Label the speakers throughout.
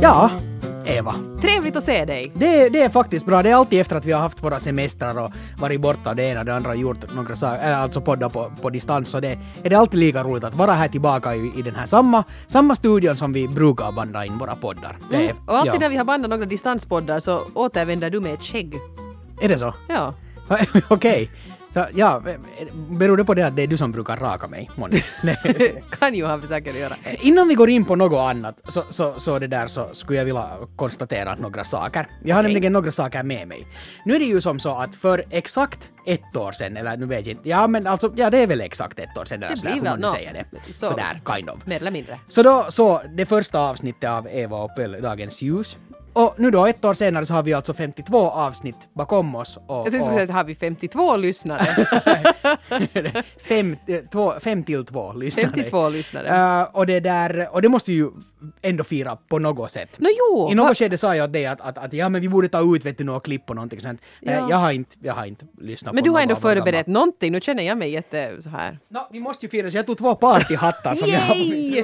Speaker 1: Ja, Eva.
Speaker 2: Trevligt att se dig.
Speaker 1: Det, det är faktiskt bra. Det är alltid efter att vi har haft våra semestrar och varit borta det ena och det andra och gjort några saker, äh, alltså poddar på, på distans. Så det är det alltid lika roligt att vara här tillbaka i, i den här samma, samma studion som vi brukar banda in våra poddar. Det,
Speaker 2: Mm. Och alltid
Speaker 1: ja.
Speaker 2: när vi har bandat några distanspoddar så återvänder du med ett skägg.
Speaker 1: Är det så?
Speaker 2: Ja.
Speaker 1: Okej. Så, ja, beror det på det att det är du som brukar raka mig, månne? Nej.
Speaker 2: kan ju han försöker göra.
Speaker 1: Eh, Innan vi går in på något annat så, så, så, det där, så skulle jag vilja konstatera några saker. Jag har
Speaker 2: Okej.
Speaker 1: nämligen några saker med mig. Nu är det ju som så att för exakt ett år sedan, eller nu vet jag inte, ja men alltså, ja det är väl exakt ett år sedan eller
Speaker 2: Det
Speaker 1: sådär,
Speaker 2: blir
Speaker 1: hur man
Speaker 2: väl
Speaker 1: nu
Speaker 2: nå-
Speaker 1: säger det.
Speaker 2: så.
Speaker 1: Sådär, kind of.
Speaker 2: Mer eller mindre.
Speaker 1: Så då, så det första avsnittet av Eva och Pöl, Dagens ljus. Och nu då, ett år senare så har vi alltså 52 avsnitt bakom oss. Och,
Speaker 2: Jag tänkte
Speaker 1: och-
Speaker 2: säga att har vi 52 lyssnare?
Speaker 1: fem, eh, två, fem till två lyssnare.
Speaker 2: 52 lyssnare.
Speaker 1: Eh, och, det där, och det måste vi ju ändå fira på något sätt.
Speaker 2: Nå jo,
Speaker 1: I något
Speaker 2: va-
Speaker 1: skede sa jag åt dig att, att, att ja, men vi borde ta ut vet du, några klipp och någonting sånt. Men
Speaker 2: Ja.
Speaker 1: jag, har inte, jag har inte lyssnat
Speaker 2: Men
Speaker 1: på
Speaker 2: du har
Speaker 1: något
Speaker 2: ändå
Speaker 1: av våra gamla-
Speaker 2: förberett någonting. Nu känner jag mig jätte så här.
Speaker 1: Nå, vi måste ju fira, så jag tog två partyhattar som Alltså, jag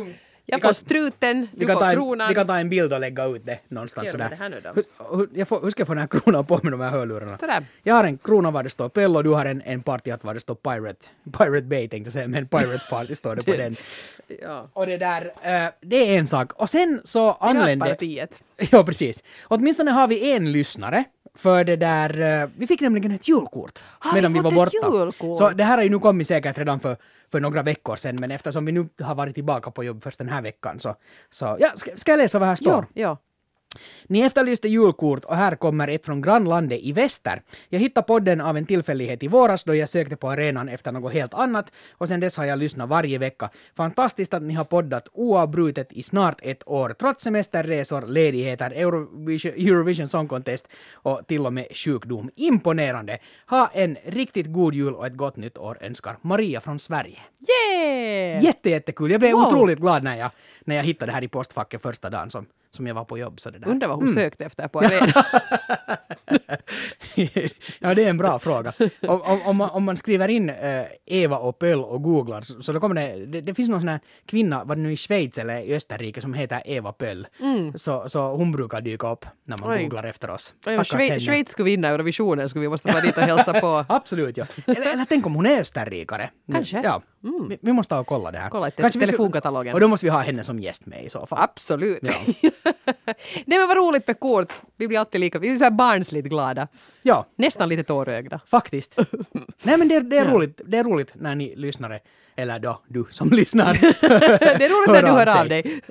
Speaker 2: Yay! Jag får struten, du
Speaker 1: Vi kan, ta
Speaker 2: får
Speaker 1: en, vi
Speaker 2: kronan.
Speaker 1: kan ta en bild och lägga ut det någonstans
Speaker 2: Gör du
Speaker 1: sådär.
Speaker 2: med det här nu då?
Speaker 1: Hur, hur, jag får, hur ska jag få den här kronan på med de här hörlurarna?
Speaker 2: Sådär.
Speaker 1: Jag har en krona var det står Pello, du har en, en partyhatt var det står Pirate, Pirate Bay tänkte jag säga, men Pirate Party står det på den.
Speaker 2: Ja.
Speaker 1: Och det där, eh, det är en sak. Och sen så anlände...
Speaker 2: Partiet.
Speaker 1: Ja, precis. Åtminstone har vi en lyssnare. För det där, eh, vi fick nämligen ett julkort
Speaker 2: Har vi
Speaker 1: medan vi,
Speaker 2: fått
Speaker 1: var
Speaker 2: ett
Speaker 1: borta.
Speaker 2: julkort?
Speaker 1: Så det här har ju nu kommit säkert redan för, för några veckor sedan, men eftersom vi nu har varit tillbaka på jobb först den här veckan så, så ja, ska, ska jag läsa vad här står?
Speaker 2: Ja, ja.
Speaker 1: Ni efterlyste julkort och här kommer ett från grannlandet i väster. Jag hittade podden av en tillfällighet i våras då jag sökte på arenan efter något helt annat och sen dess har jag lyssnat varje vecka. Fantastiskt att ni har poddat oavbrutet i snart ett år trots semesterresor, ledigheter, Eurovision, Eurovision Song Contest och till och med sjukdom. Imponerande! Ha en riktigt god jul och ett gott nytt år önskar Maria från Sverige.
Speaker 2: Yeah!
Speaker 1: Jätte, jättekul! Jag blev
Speaker 2: Wow.
Speaker 1: otroligt glad när jag, när jag hittade det här i postfacket första dagen som, som jag var på jobb. Så det där.
Speaker 2: Undrar vad hon sökte efter på arenan.
Speaker 1: ja, det är en bra fråga. Om, om, om, man, om man skriver in eh, Eva och Pöll och googlar så, så då kommer det, det... Det finns någon sån här kvinna, var det nu i Schweiz eller i Österrike, som heter Eva Pöll. Så, så hon brukar dyka upp när man
Speaker 2: Mm. Oj.
Speaker 1: googlar efter oss.
Speaker 2: Oj, om
Speaker 1: Stackars henne.
Speaker 2: Schweiz, Schweiz skulle vinna Eurovisionen skulle vi måste vara dit och hälsa på.
Speaker 1: Absolut, ja. Eller, eller tänk om hon är österrikare. Nu-
Speaker 2: Kanske. Mm.
Speaker 1: Ja. Vi, vi måste ta och kolla det här.
Speaker 2: Kolla i te-
Speaker 1: Kanske vi ska-
Speaker 2: telefonkatalogen.
Speaker 1: Och då måste vi ha henne som gäst med i så fall.
Speaker 2: Absolut. Nej men vad roligt med kort. Vi blir alltid lika, vi är så här barnsligt glada.
Speaker 1: Ja.
Speaker 2: Nästan lite tårögda.
Speaker 1: Faktiskt. Nej men det, det, är roligt, det är roligt när ni lyssnare, eller då du som lyssnar.
Speaker 2: Det är roligt när du
Speaker 1: av
Speaker 2: hör av
Speaker 1: sig.
Speaker 2: dig.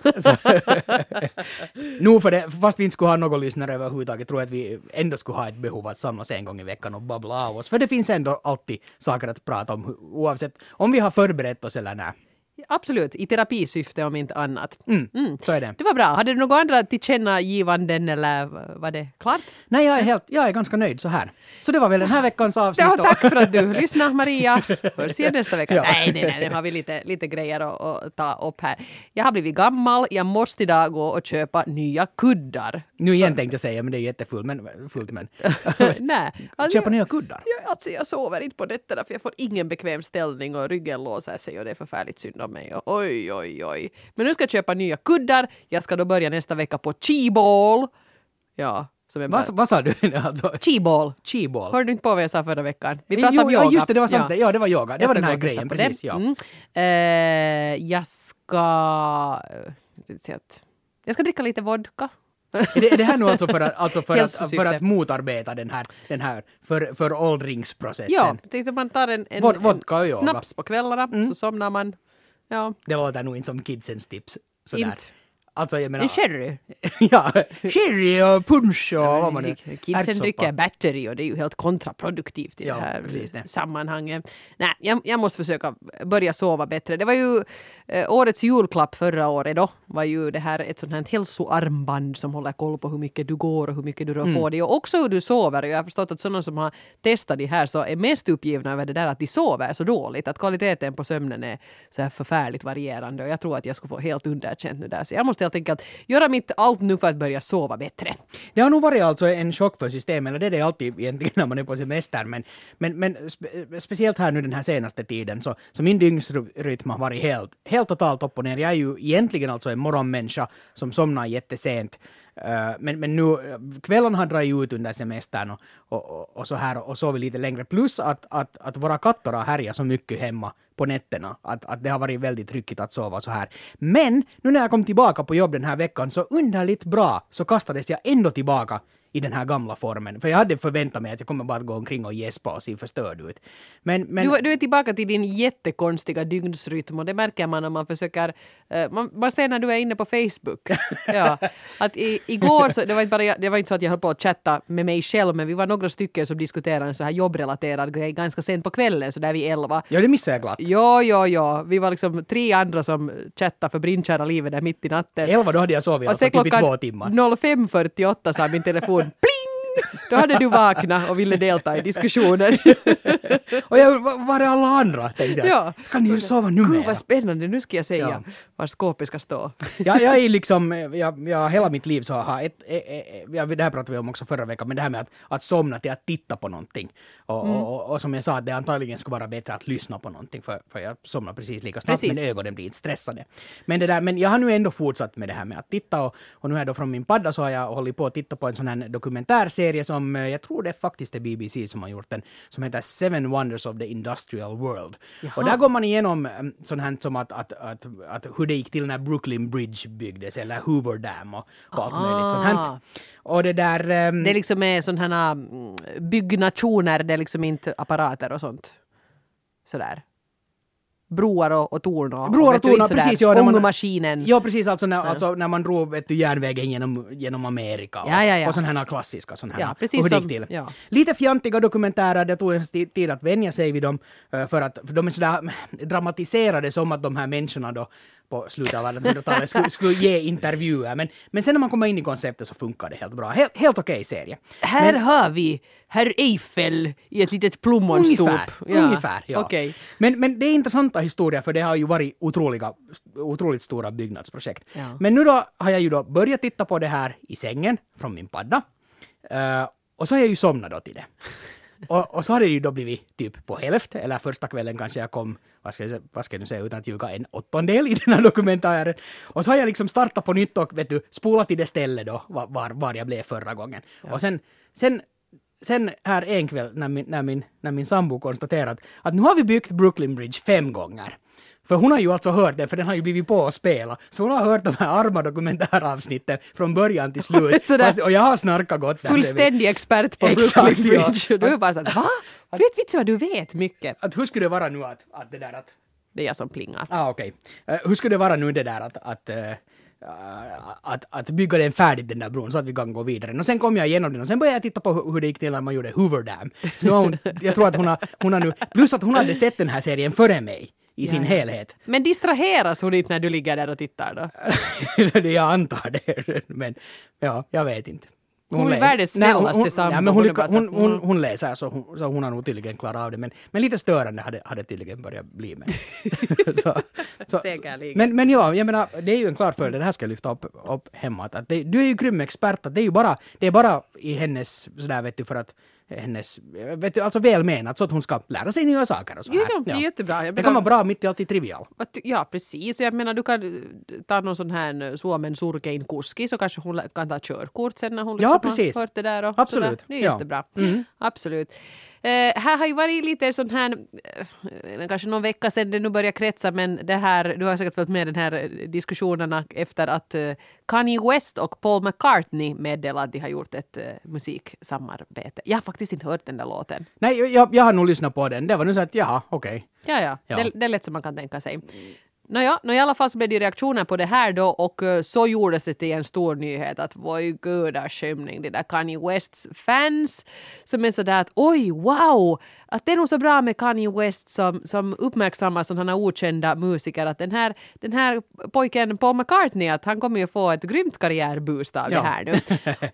Speaker 1: nu för det, fast vi inte skulle ha någon lyssnare överhuvudtaget, tror jag att vi ändå skulle ha ett behov att samlas en gång i veckan och babbla av oss. För det finns ändå alltid saker att prata om, hu- oavsett om vi har förberett oss eller nej.
Speaker 2: Absolut, i terapisyfte om inte annat.
Speaker 1: Mm, Så är det.
Speaker 2: Det var bra. Hade du några andra tillkännagivanden eller var det klart?
Speaker 1: Nej, jag är, helt, jag är ganska nöjd så här. Så det var väl den här veckans avsnitt.
Speaker 2: Ja,
Speaker 1: och-
Speaker 2: tack för att du lyssnar Maria. Hörs igen nästa vecka.
Speaker 1: Ja.
Speaker 2: Nej, nej, nej, nu har vi lite, lite grejer att, att ta upp här. Jag har blivit gammal, jag måste idag gå och köpa nya kuddar.
Speaker 1: Nu igen tänkte jag säga, men det är jättefullt. Men, fullt, men.
Speaker 2: nej. alltså
Speaker 1: Köpa
Speaker 2: jag-
Speaker 1: nya kuddar.
Speaker 2: Jag, alltså jag sover inte på nätterna för jag får ingen bekväm ställning och ryggen låser sig och det är förfärligt synd om mig. Och oj, oj, oj. Men nu ska jag köpa nya kuddar. Jag ska då börja nästa vecka på chi-ball. Ja, som är bara...
Speaker 1: Vad, vad sa du? Alltså,
Speaker 2: Chi-ball.
Speaker 1: Cheeball.
Speaker 2: Hörde du inte på vad jag sa förra veckan? Vi
Speaker 1: Jo,
Speaker 2: pratade om yoga.
Speaker 1: Ja, just det, det var sant.
Speaker 2: Ja.
Speaker 1: Ja, det var yoga. Det
Speaker 2: Jag
Speaker 1: var
Speaker 2: ska
Speaker 1: den här
Speaker 2: gå
Speaker 1: grejen,
Speaker 2: och testa på
Speaker 1: precis.
Speaker 2: det.
Speaker 1: Ja.
Speaker 2: Mm. Eh, jag ska... jag tänkte säga att- Jag ska dricka lite vodka.
Speaker 1: Är, det, är det här nu alltså för att, alltså för att,
Speaker 2: Hälsosyfte.
Speaker 1: för att motarbeta den här, den här för, föråldringsprocessen?
Speaker 2: Ja, tänkte man tar en, en,
Speaker 1: Vod- vodka och
Speaker 2: en
Speaker 1: yoga. Mm.
Speaker 2: snaps på kvällarna så somnar man. Ja,
Speaker 1: Det låter nog inte som kidsens tips. Sådär.
Speaker 2: Inte.
Speaker 1: Alltså jag menar...
Speaker 2: en sherry.
Speaker 1: ja, sherry och punsch och vad man nu...
Speaker 2: Kidsen
Speaker 1: ärtsoppa.
Speaker 2: dricker battery och det är ju helt kontraproduktivt i
Speaker 1: Ja,
Speaker 2: det här
Speaker 1: precis det.
Speaker 2: sammanhanget. Nej, jag, jag måste försöka börja sova bättre. Det var ju eh, årets julklapp förra året då, var ju det här ett sånt här hälsoarmband som håller koll på hur mycket du går och hur mycket du rör
Speaker 1: Mm.
Speaker 2: på dig och också hur du sover. Och Jag har förstått att sådana som har testat det här så är mest uppgivna över det där att de sover så dåligt, att kvaliteten på sömnen är så här förfärligt varierande och jag tror att jag skulle få helt underkänt nu där. Så jag måste helt enkelt göra mitt allt nu för att börja sova bättre.
Speaker 1: Det har nog varit alltså en chock för systemet, eller det är det alltid egentligen när man är på semester, men, men, men spe, speciellt här nu den här senaste tiden så, så min dygnsrytm har varit helt, helt totalt upp och ner. Jag är ju egentligen alltså en morgonmänniska som somnar jättesent Eh, Men, men nu, eh, kvällen har dragit ut under semestern och, och, och, och så här och sovit lite längre. Plus att, att, att våra katter har härjat så mycket hemma på nätterna att, att det har varit väldigt tryckigt att sova så här. Men nu när jag kom tillbaka på jobb den här veckan så underligt bra så kastades jag ändå tillbaka i den här gamla formen. För jag hade förväntat mig att jag kommer bara att gå omkring och gäspa och se förstörd ut. Men, men...
Speaker 2: Du, du är tillbaka till din jättekonstiga dygnsrytm och det märker man när man försöker... eh, man, man ser när du är inne på Facebook. ja, att i, igår, så, det, var inte bara, jag- det var inte så att jag höll på att chatta med mig själv men vi var några stycken som diskuterade en så här jobbrelaterad grej ganska sent på kvällen, så där vid elva.
Speaker 1: Ja, det missade jag glatt.
Speaker 2: Ja, ja, ja. Vi var liksom tre andra som chattade för brinnkära livet där mitt i natten.
Speaker 1: Elva, då hade jag sovit
Speaker 2: Och
Speaker 1: alltså
Speaker 2: sen
Speaker 1: typ i
Speaker 2: klockan
Speaker 1: två timmar.
Speaker 2: 05.48 sa min telefon pling! Då hade du vaknat och ville delta i diskussionen.
Speaker 1: Och jag, va- var är alla andra? Tänkte jag.
Speaker 2: Ja.
Speaker 1: Kan ni ju sova nu
Speaker 2: Gud
Speaker 1: mera?
Speaker 2: vad spännande, nu ska jag säga
Speaker 1: Ja.
Speaker 2: var skåpet ska stå.
Speaker 1: Ja, jag är liksom, eh, jag, jag, hela mitt liv så har ett, eh, eh, eh, ja, det här pratade vi om också förra veckan, men det här med att, att somna till att titta på någonting. Och, och, och, och som jag sa, att det antagligen skulle vara bättre att lyssna på någonting, för, för jag somnar precis lika snabbt,
Speaker 2: Precis.
Speaker 1: men ögonen blir inte stressade. Men, det där, men jag har nu ändå fortsatt med det här med att titta, och, och nu här då från min padda så har jag hållit på att titta på en sån här dokumentärserie som, eh, jag tror det är faktiskt är BBC som har gjort den, som heter Seven Wonders of the Industrial World. Och där går man igenom em, sånt här som att, att, att, att hur det gick till när Brooklyn Bridge byggdes eller Hoover Dam och, och allt möjligt sånt här.
Speaker 2: Ah.
Speaker 1: Och det där... ehm, em,
Speaker 2: Det är liksom med sådana här mm, byggnationer, det är liksom inte apparater och sånt. Sådär. Broar och, och torn och...
Speaker 1: Broar
Speaker 2: vet
Speaker 1: och
Speaker 2: du,
Speaker 1: torn,
Speaker 2: inte sådär,
Speaker 1: precis. Ja, när man-
Speaker 2: Ångmaskinen.
Speaker 1: Ja, precis. Alltså när, alltså när man drog vet du, järnvägen genom, genom Amerika och,
Speaker 2: Ja, ja, ja.
Speaker 1: och sådana här klassiska. Sådana här,
Speaker 2: Ja, precis
Speaker 1: och hur det gick
Speaker 2: som-
Speaker 1: till.
Speaker 2: ja.
Speaker 1: Lite fjantiga dokumentärer, det tog en sti- tid att vänja sig vid dem. eh, För att för de är sådär dramatiserade som att de här människorna då på slutet av 1800-talet skulle, skulle ge intervjuer. Men, men sen när man kommer in i konceptet så funkar det helt bra. Helt, helt okej serie.
Speaker 2: Här har vi herr Eiffel i ett litet plommonstop.
Speaker 1: Ungefär, ungefär. Ja.
Speaker 2: Okej.
Speaker 1: Men, men det är intressanta historier för det har ju varit otroliga, otroligt stora byggnadsprojekt.
Speaker 2: Ja.
Speaker 1: Men nu då har jag ju då börjat titta på det här i sängen från min padda. Eh, och så har jag ju somnat då till det. Och, och så har det ju då blivit typ på hälft, eller första kvällen kanske jag kom, vad ska jag, sä- vad ska jag nu säga utan att ljuga, en åttondel i den här dokumentären. Och så har jag liksom startat på nytt och vet du, spolat till det ställe då, va- var, var jag blev förra gången. Och sen, sen sen här en kväll när min, när min, när min sambo konstaterat att nu har vi byggt Brooklyn Bridge fem gånger. För hon har ju alltså hört den, för den har ju blivit på att spela. Så hon har hört de här arma dokumentäravsnitten från början till slut.
Speaker 2: Sådär.
Speaker 1: Fast, och jag har snarkat gott där bredvid.
Speaker 2: Fullständig expert på
Speaker 1: Exakt,
Speaker 2: Brooklyn
Speaker 1: ja.
Speaker 2: Bridge. Du är bara såhär, va? Vet vitsen vad du vet mycket.
Speaker 1: Att hur skulle det vara nu att, att det där att...
Speaker 2: Det är jag som plingar.
Speaker 1: Ah, okej. Eh, hur skulle det vara nu det där att, att, eh, ah, att, att bygga den färdigt, den där bron, så att vi kan gå vidare. Och sen kom jag igenom den och sen började jag titta på hu- hur det gick till när man gjorde Hoover Dam. Så nu har hon, jag tror att hon har, hon har nu... Plus att hon hade sett den här serien före mig i sin helhet.
Speaker 2: Men distraheras hon inte när du ligger där och tittar då?
Speaker 1: jag antar det, men ja, jag vet inte.
Speaker 2: Hon är
Speaker 1: läser-
Speaker 2: världens
Speaker 1: Nej, hon-
Speaker 2: snällaste
Speaker 1: hon-
Speaker 2: sambo.
Speaker 1: nej, men hon,
Speaker 2: Hon är
Speaker 1: lycka,
Speaker 2: bara Mm. så
Speaker 1: hon,
Speaker 2: att,
Speaker 1: hon, hon läser, så hon, så hon har nog tydligen klarat av det. Men, men lite störande hade, hade tydligen börjat bli med. så,
Speaker 2: Säkerligen.
Speaker 1: men, men ja, jag menar, det är ju en klar fördel. Det här ska jag lyfta upp, upp hemma. Att, att det, du är ju grym expert. Att det är ju bara, det är bara i hennes, sådär vet du, för att hennes, vet du, alltså välmenat så att hon ska lära sig nya saker och så här.
Speaker 2: Jo, jo, det är jättebra. Jag
Speaker 1: Det
Speaker 2: menar-
Speaker 1: kan vara bra mitt i allt i trivial.
Speaker 2: Vad ty- Ja precis, jag menar du kan eh, ta någon sån här eh, Suomen surkein kuski så kanske hon lä- kan ta körkort sen när hon
Speaker 1: Ja,
Speaker 2: liksom
Speaker 1: precis.
Speaker 2: har hört det där. Och
Speaker 1: Absolut.
Speaker 2: sådär. Det är
Speaker 1: Ja. Mm.
Speaker 2: jättebra. Absolut. Eh, här har ju varit lite sån här, eh, kanske någon vecka sedan det nu börjar kretsa men det här, du har säkert följt med den här eh, diskussionerna efter att eh, Kanye West och Paul McCartney meddelade att de har gjort ett eh, musiksamarbete. Jag har faktiskt inte hört den där låten.
Speaker 1: Nej, jag, jag har nog lyssnat på den. Det var nu så att, jaha, okej.
Speaker 2: Ja, ja.
Speaker 1: Ja.
Speaker 2: Det, det är lätt som man kan tänka sig. Nåja, no, i alla fall så blev det ju reaktioner på det här då och eh, så gjordes det till en stor nyhet att voi goda skymning, det där Kanye Wests fans som är sådär att oj, wow, att det är nog så bra med Kanye West som, som uppmärksammar sådana okända musiker att den här, den här pojken Paul McCartney att han kommer ju få ett grymt karriärboost av
Speaker 1: Ja.
Speaker 2: det här nu.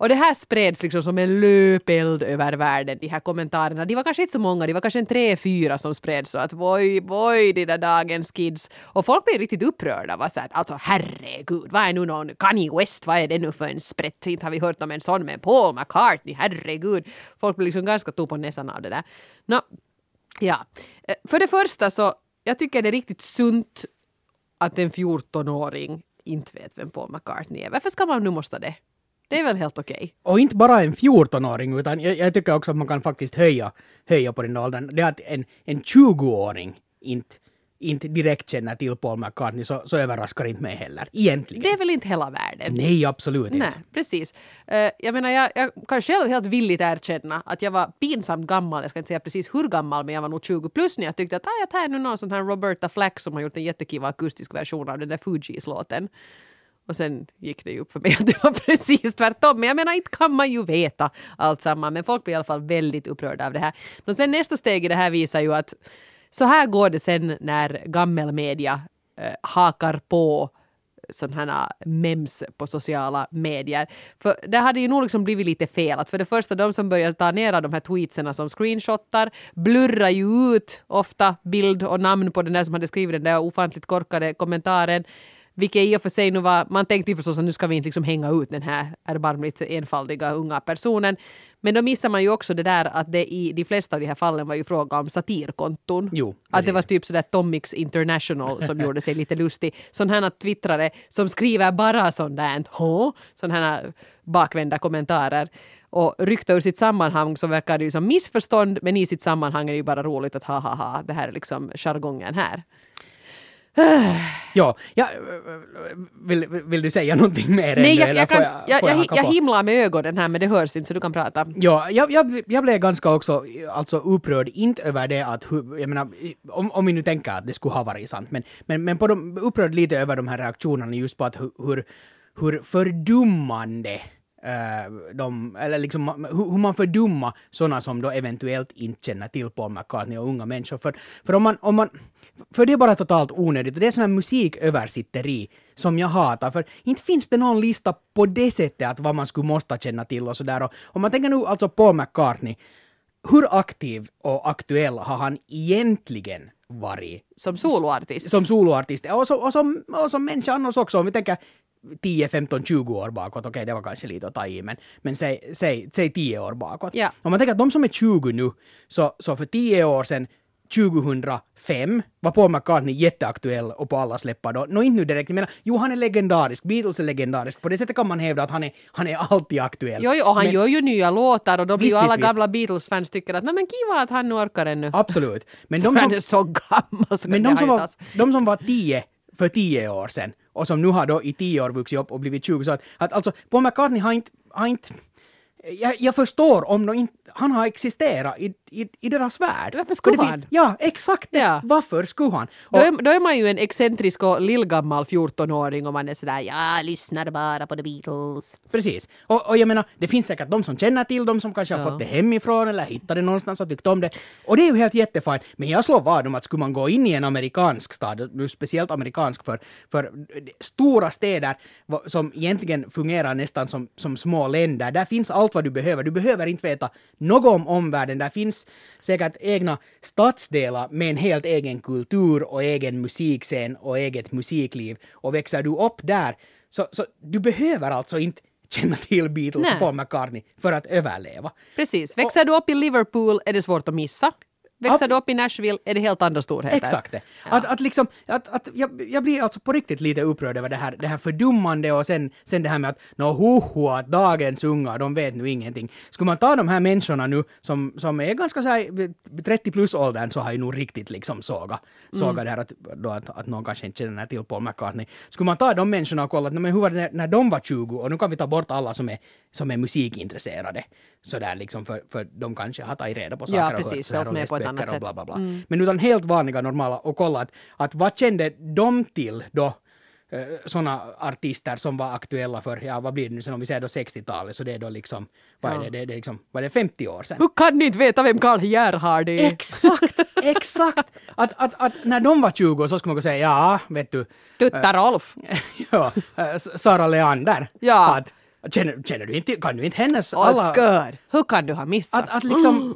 Speaker 2: Och det här spreds liksom som en löpeld över världen, de här kommentarerna. De var kanske inte så många, de var kanske en tre, fyra som spreds så att voi, voi, de där dagens kids. Och folk blev riktigt upprörda. Var så att, alltså herregud, vad är nu någon Kanye West, vad är det nu för en sprätt? Inte har vi hört om en sån, men Paul McCartney, herregud. Folk blev liksom ganska tog på näsan av det där. Nå, ja. Eh, För det första så, jag tycker det är riktigt sunt att en 14-åring inte vet vem Paul McCartney är. Varför ska man nu måste det? Det är väl helt okej.
Speaker 1: Och inte bara en 14-åring, utan jag, jag tycker också att man kan faktiskt höja, höja på den åldern. Det att en, en 20-åring inte, inte direkt känner till Paul McCartney, så, så överraskar inte mig heller. Egentligen.
Speaker 2: Det är väl inte hela världen?
Speaker 1: Nej, absolut inte.
Speaker 2: Nej, precis. Eh, jag menar, jag, jag kan själv helt villigt erkänna att jag var pinsamt gammal. Jag ska inte säga precis hur gammal, men jag var nog 20 plus när jag tyckte att ah, jag tar nu någon sån här Roberta Flack som har gjort en jättekiva akustisk version av den där Fugees-låten. Och sen gick det ju upp för mig att det var precis tvärtom. Men jag menar, inte kan man ju veta allt samman. Men folk blir i alla fall väldigt upprörda av det här. Men sen nästa steg i det här visar ju att så här går det sen när gammelmedia eh, hakar på sådana mems på sociala medier. För det hade ju nog liksom blivit lite fel. Att för det första, de som börjar ta ner de här tweetserna som screenshottar blurrar ju ut ofta bild och namn på den där som hade skrivit den där ofantligt korkade kommentaren. Vilket i och för sig nu var, man tänkte ju förstås att nu ska vi inte liksom hänga ut den här erbarmligt enfaldiga unga personen. Men då missar man ju också det där att det i de flesta av de här fallen var ju fråga om satirkonton.
Speaker 1: Jo,
Speaker 2: att det
Speaker 1: precis.
Speaker 2: var typ sådär Tomix International som gjorde sig lite lustig. Sån här twittrare som skriver bara sånt där, "Hå?" sån här bakvända kommentarer. Och ryckta ur sitt sammanhang så verkar det ju som missförstånd men i sitt sammanhang är det ju bara roligt att ha ha ha, det här är liksom jargongen här.
Speaker 1: Ja, ja, äh, vill, vill du säga någonting mer?
Speaker 2: Nej,
Speaker 1: ändå,
Speaker 2: jag,
Speaker 1: eller
Speaker 2: jag,
Speaker 1: får
Speaker 2: kan,
Speaker 1: jag-
Speaker 2: jag,
Speaker 1: får jag
Speaker 2: jag,
Speaker 1: haka
Speaker 2: jag
Speaker 1: på?
Speaker 2: himlar med ögonen här men det hörs inte så du kan prata.
Speaker 1: Ja, jag, jag, jag blev ganska också alltså upprörd, inte över det att, hu- jag menar, om, om vi nu tänker att det skulle ha varit sant, men, men, men på de, upprörd lite över de här reaktionerna just på att hu- hur, hur fördummande eh, de, eller liksom ma- hu- hur man fördummar sådana som då eventuellt inte känner till Paul McCartney och unga människor. För, för, om man, om man, för det är bara totalt onödigt och det är sån här musiköversitteri som jag hatar. För inte finns det någon lista på det sättet att vad man skulle måste känna till och sådär. Och Om man tänker nu alltså på McCartney, hur aktiv och aktuell har han egentligen varit
Speaker 2: Som soloartist.
Speaker 1: som soloartist och som, och som, och som människa annars också? Om vi tänker 10, 15, 20 år bakåt, okej det var kanske lite att ta i men, men säg, säg, säg 10 år bakåt.
Speaker 2: Ja.
Speaker 1: Om man tänker att de som är 20 nu, så, så för 10 år sedan 2005 var Paul McCartney jätteaktuell och på alla släppar då. Nå, inte nu direkt. Jag menar, jo, han är legendarisk. Beatles är legendarisk. På det sättet kan man hävda att han är, han är alltid aktuell.
Speaker 2: Jo, jo, och han
Speaker 1: Men-
Speaker 2: gör ju nya låtar och då blir
Speaker 1: Visst,
Speaker 2: ju alla
Speaker 1: visst, visst.
Speaker 2: gamla Beatles-fans tycker att "Nej, men kiva att han nu orkar ännu.
Speaker 1: Absolut. Men
Speaker 2: så
Speaker 1: de
Speaker 2: han
Speaker 1: som,
Speaker 2: är så gammal så
Speaker 1: Men
Speaker 2: kan
Speaker 1: de
Speaker 2: det
Speaker 1: som, var,
Speaker 2: hajtas.
Speaker 1: de som var 10 för 10 år sedan och som nu har då i 10 år vuxit upp och blivit 20 så att, att alltså Paul McCartney har inte, har inte jag, jag förstår om de inte, han har existerat i, i, i deras värld.
Speaker 2: Varför
Speaker 1: Och
Speaker 2: skulle
Speaker 1: det fin-
Speaker 2: han?
Speaker 1: Ja, exakt det.
Speaker 2: Ja.
Speaker 1: Varför skulle han?
Speaker 2: Då
Speaker 1: Och,
Speaker 2: är, då är man ju en excentrisk och lillgammal 14-åring om man är sådär jag lyssnar bara på The Beatles.
Speaker 1: Precis. Och, och jag menar, det finns säkert de som känner till dem som kanske har
Speaker 2: Ja.
Speaker 1: fått det hemifrån eller hittat det någonstans och tyckt om det. Och det är ju helt jättefint. Men jag slår vad om att skulle man gå in i en amerikansk stad, nu speciellt amerikansk för, för stora städer va- som egentligen fungerar nästan som, som små länder, där finns allt vad du behöver. Du behöver inte veta något om omvärlden. Där finns säkert egna stadsdelar med en helt egen kultur och egen musikscen och eget musikliv. Och växer du upp där så, så du behöver alltså inte känna till Beatles
Speaker 2: Nej.
Speaker 1: och Paul McCartney för att överleva.
Speaker 2: Precis. Växer du upp i Liverpool är det svårt att missa. Växer
Speaker 1: Ab-
Speaker 2: du upp i Nashville är det helt andra storheter.
Speaker 1: Exakt det. Att, att liksom, att, att jag, jag blir alltså på riktigt lite upprörd över det här, det här fördummande och sen, sen det här med att nå hoho, att dagens unga, de vet nu ingenting. Skulle man ta de här människorna nu som, som är ganska så här 30 plus åldern så har ju nog riktigt liksom såga,
Speaker 2: Mm.
Speaker 1: såga det här att, då, att, att någon kanske inte känner till Paul McCartney. Skulle man ta de människorna och kolla att "Nå, men hur var det när, när de var 20 och nu kan vi ta bort alla som är, som är musikintresserade. Sådär liksom för, för de kanske har tagit reda på saker och
Speaker 2: precis,
Speaker 1: gått så här
Speaker 2: följt
Speaker 1: och
Speaker 2: med
Speaker 1: läst
Speaker 2: på ett
Speaker 1: böcker
Speaker 2: annat
Speaker 1: och
Speaker 2: sätt.
Speaker 1: bla bla bla. Men utan helt vanliga normala och kolla att, att vad kände de till då eh, såna artister som var aktuella för, ja vad blir det nu sen om vi säger då 60-talet så det är då liksom, vad är
Speaker 2: Ja.
Speaker 1: det, det, det är liksom, var det 50 år sedan?
Speaker 2: Hur kan ni inte veta vem Karl Gerhard är?
Speaker 1: Mm. Exakt, exakt! Att, att, att när de var 20 så skulle man kunna säga ja, vet du,
Speaker 2: Tutta Rolf.
Speaker 1: ja, eh, Sara Leander.
Speaker 2: Ja.
Speaker 1: Att, känner, känner du inte, kan du inte hennes
Speaker 2: Åh
Speaker 1: alla...
Speaker 2: gud, hur kan du ha missat?
Speaker 1: Att, att liksom,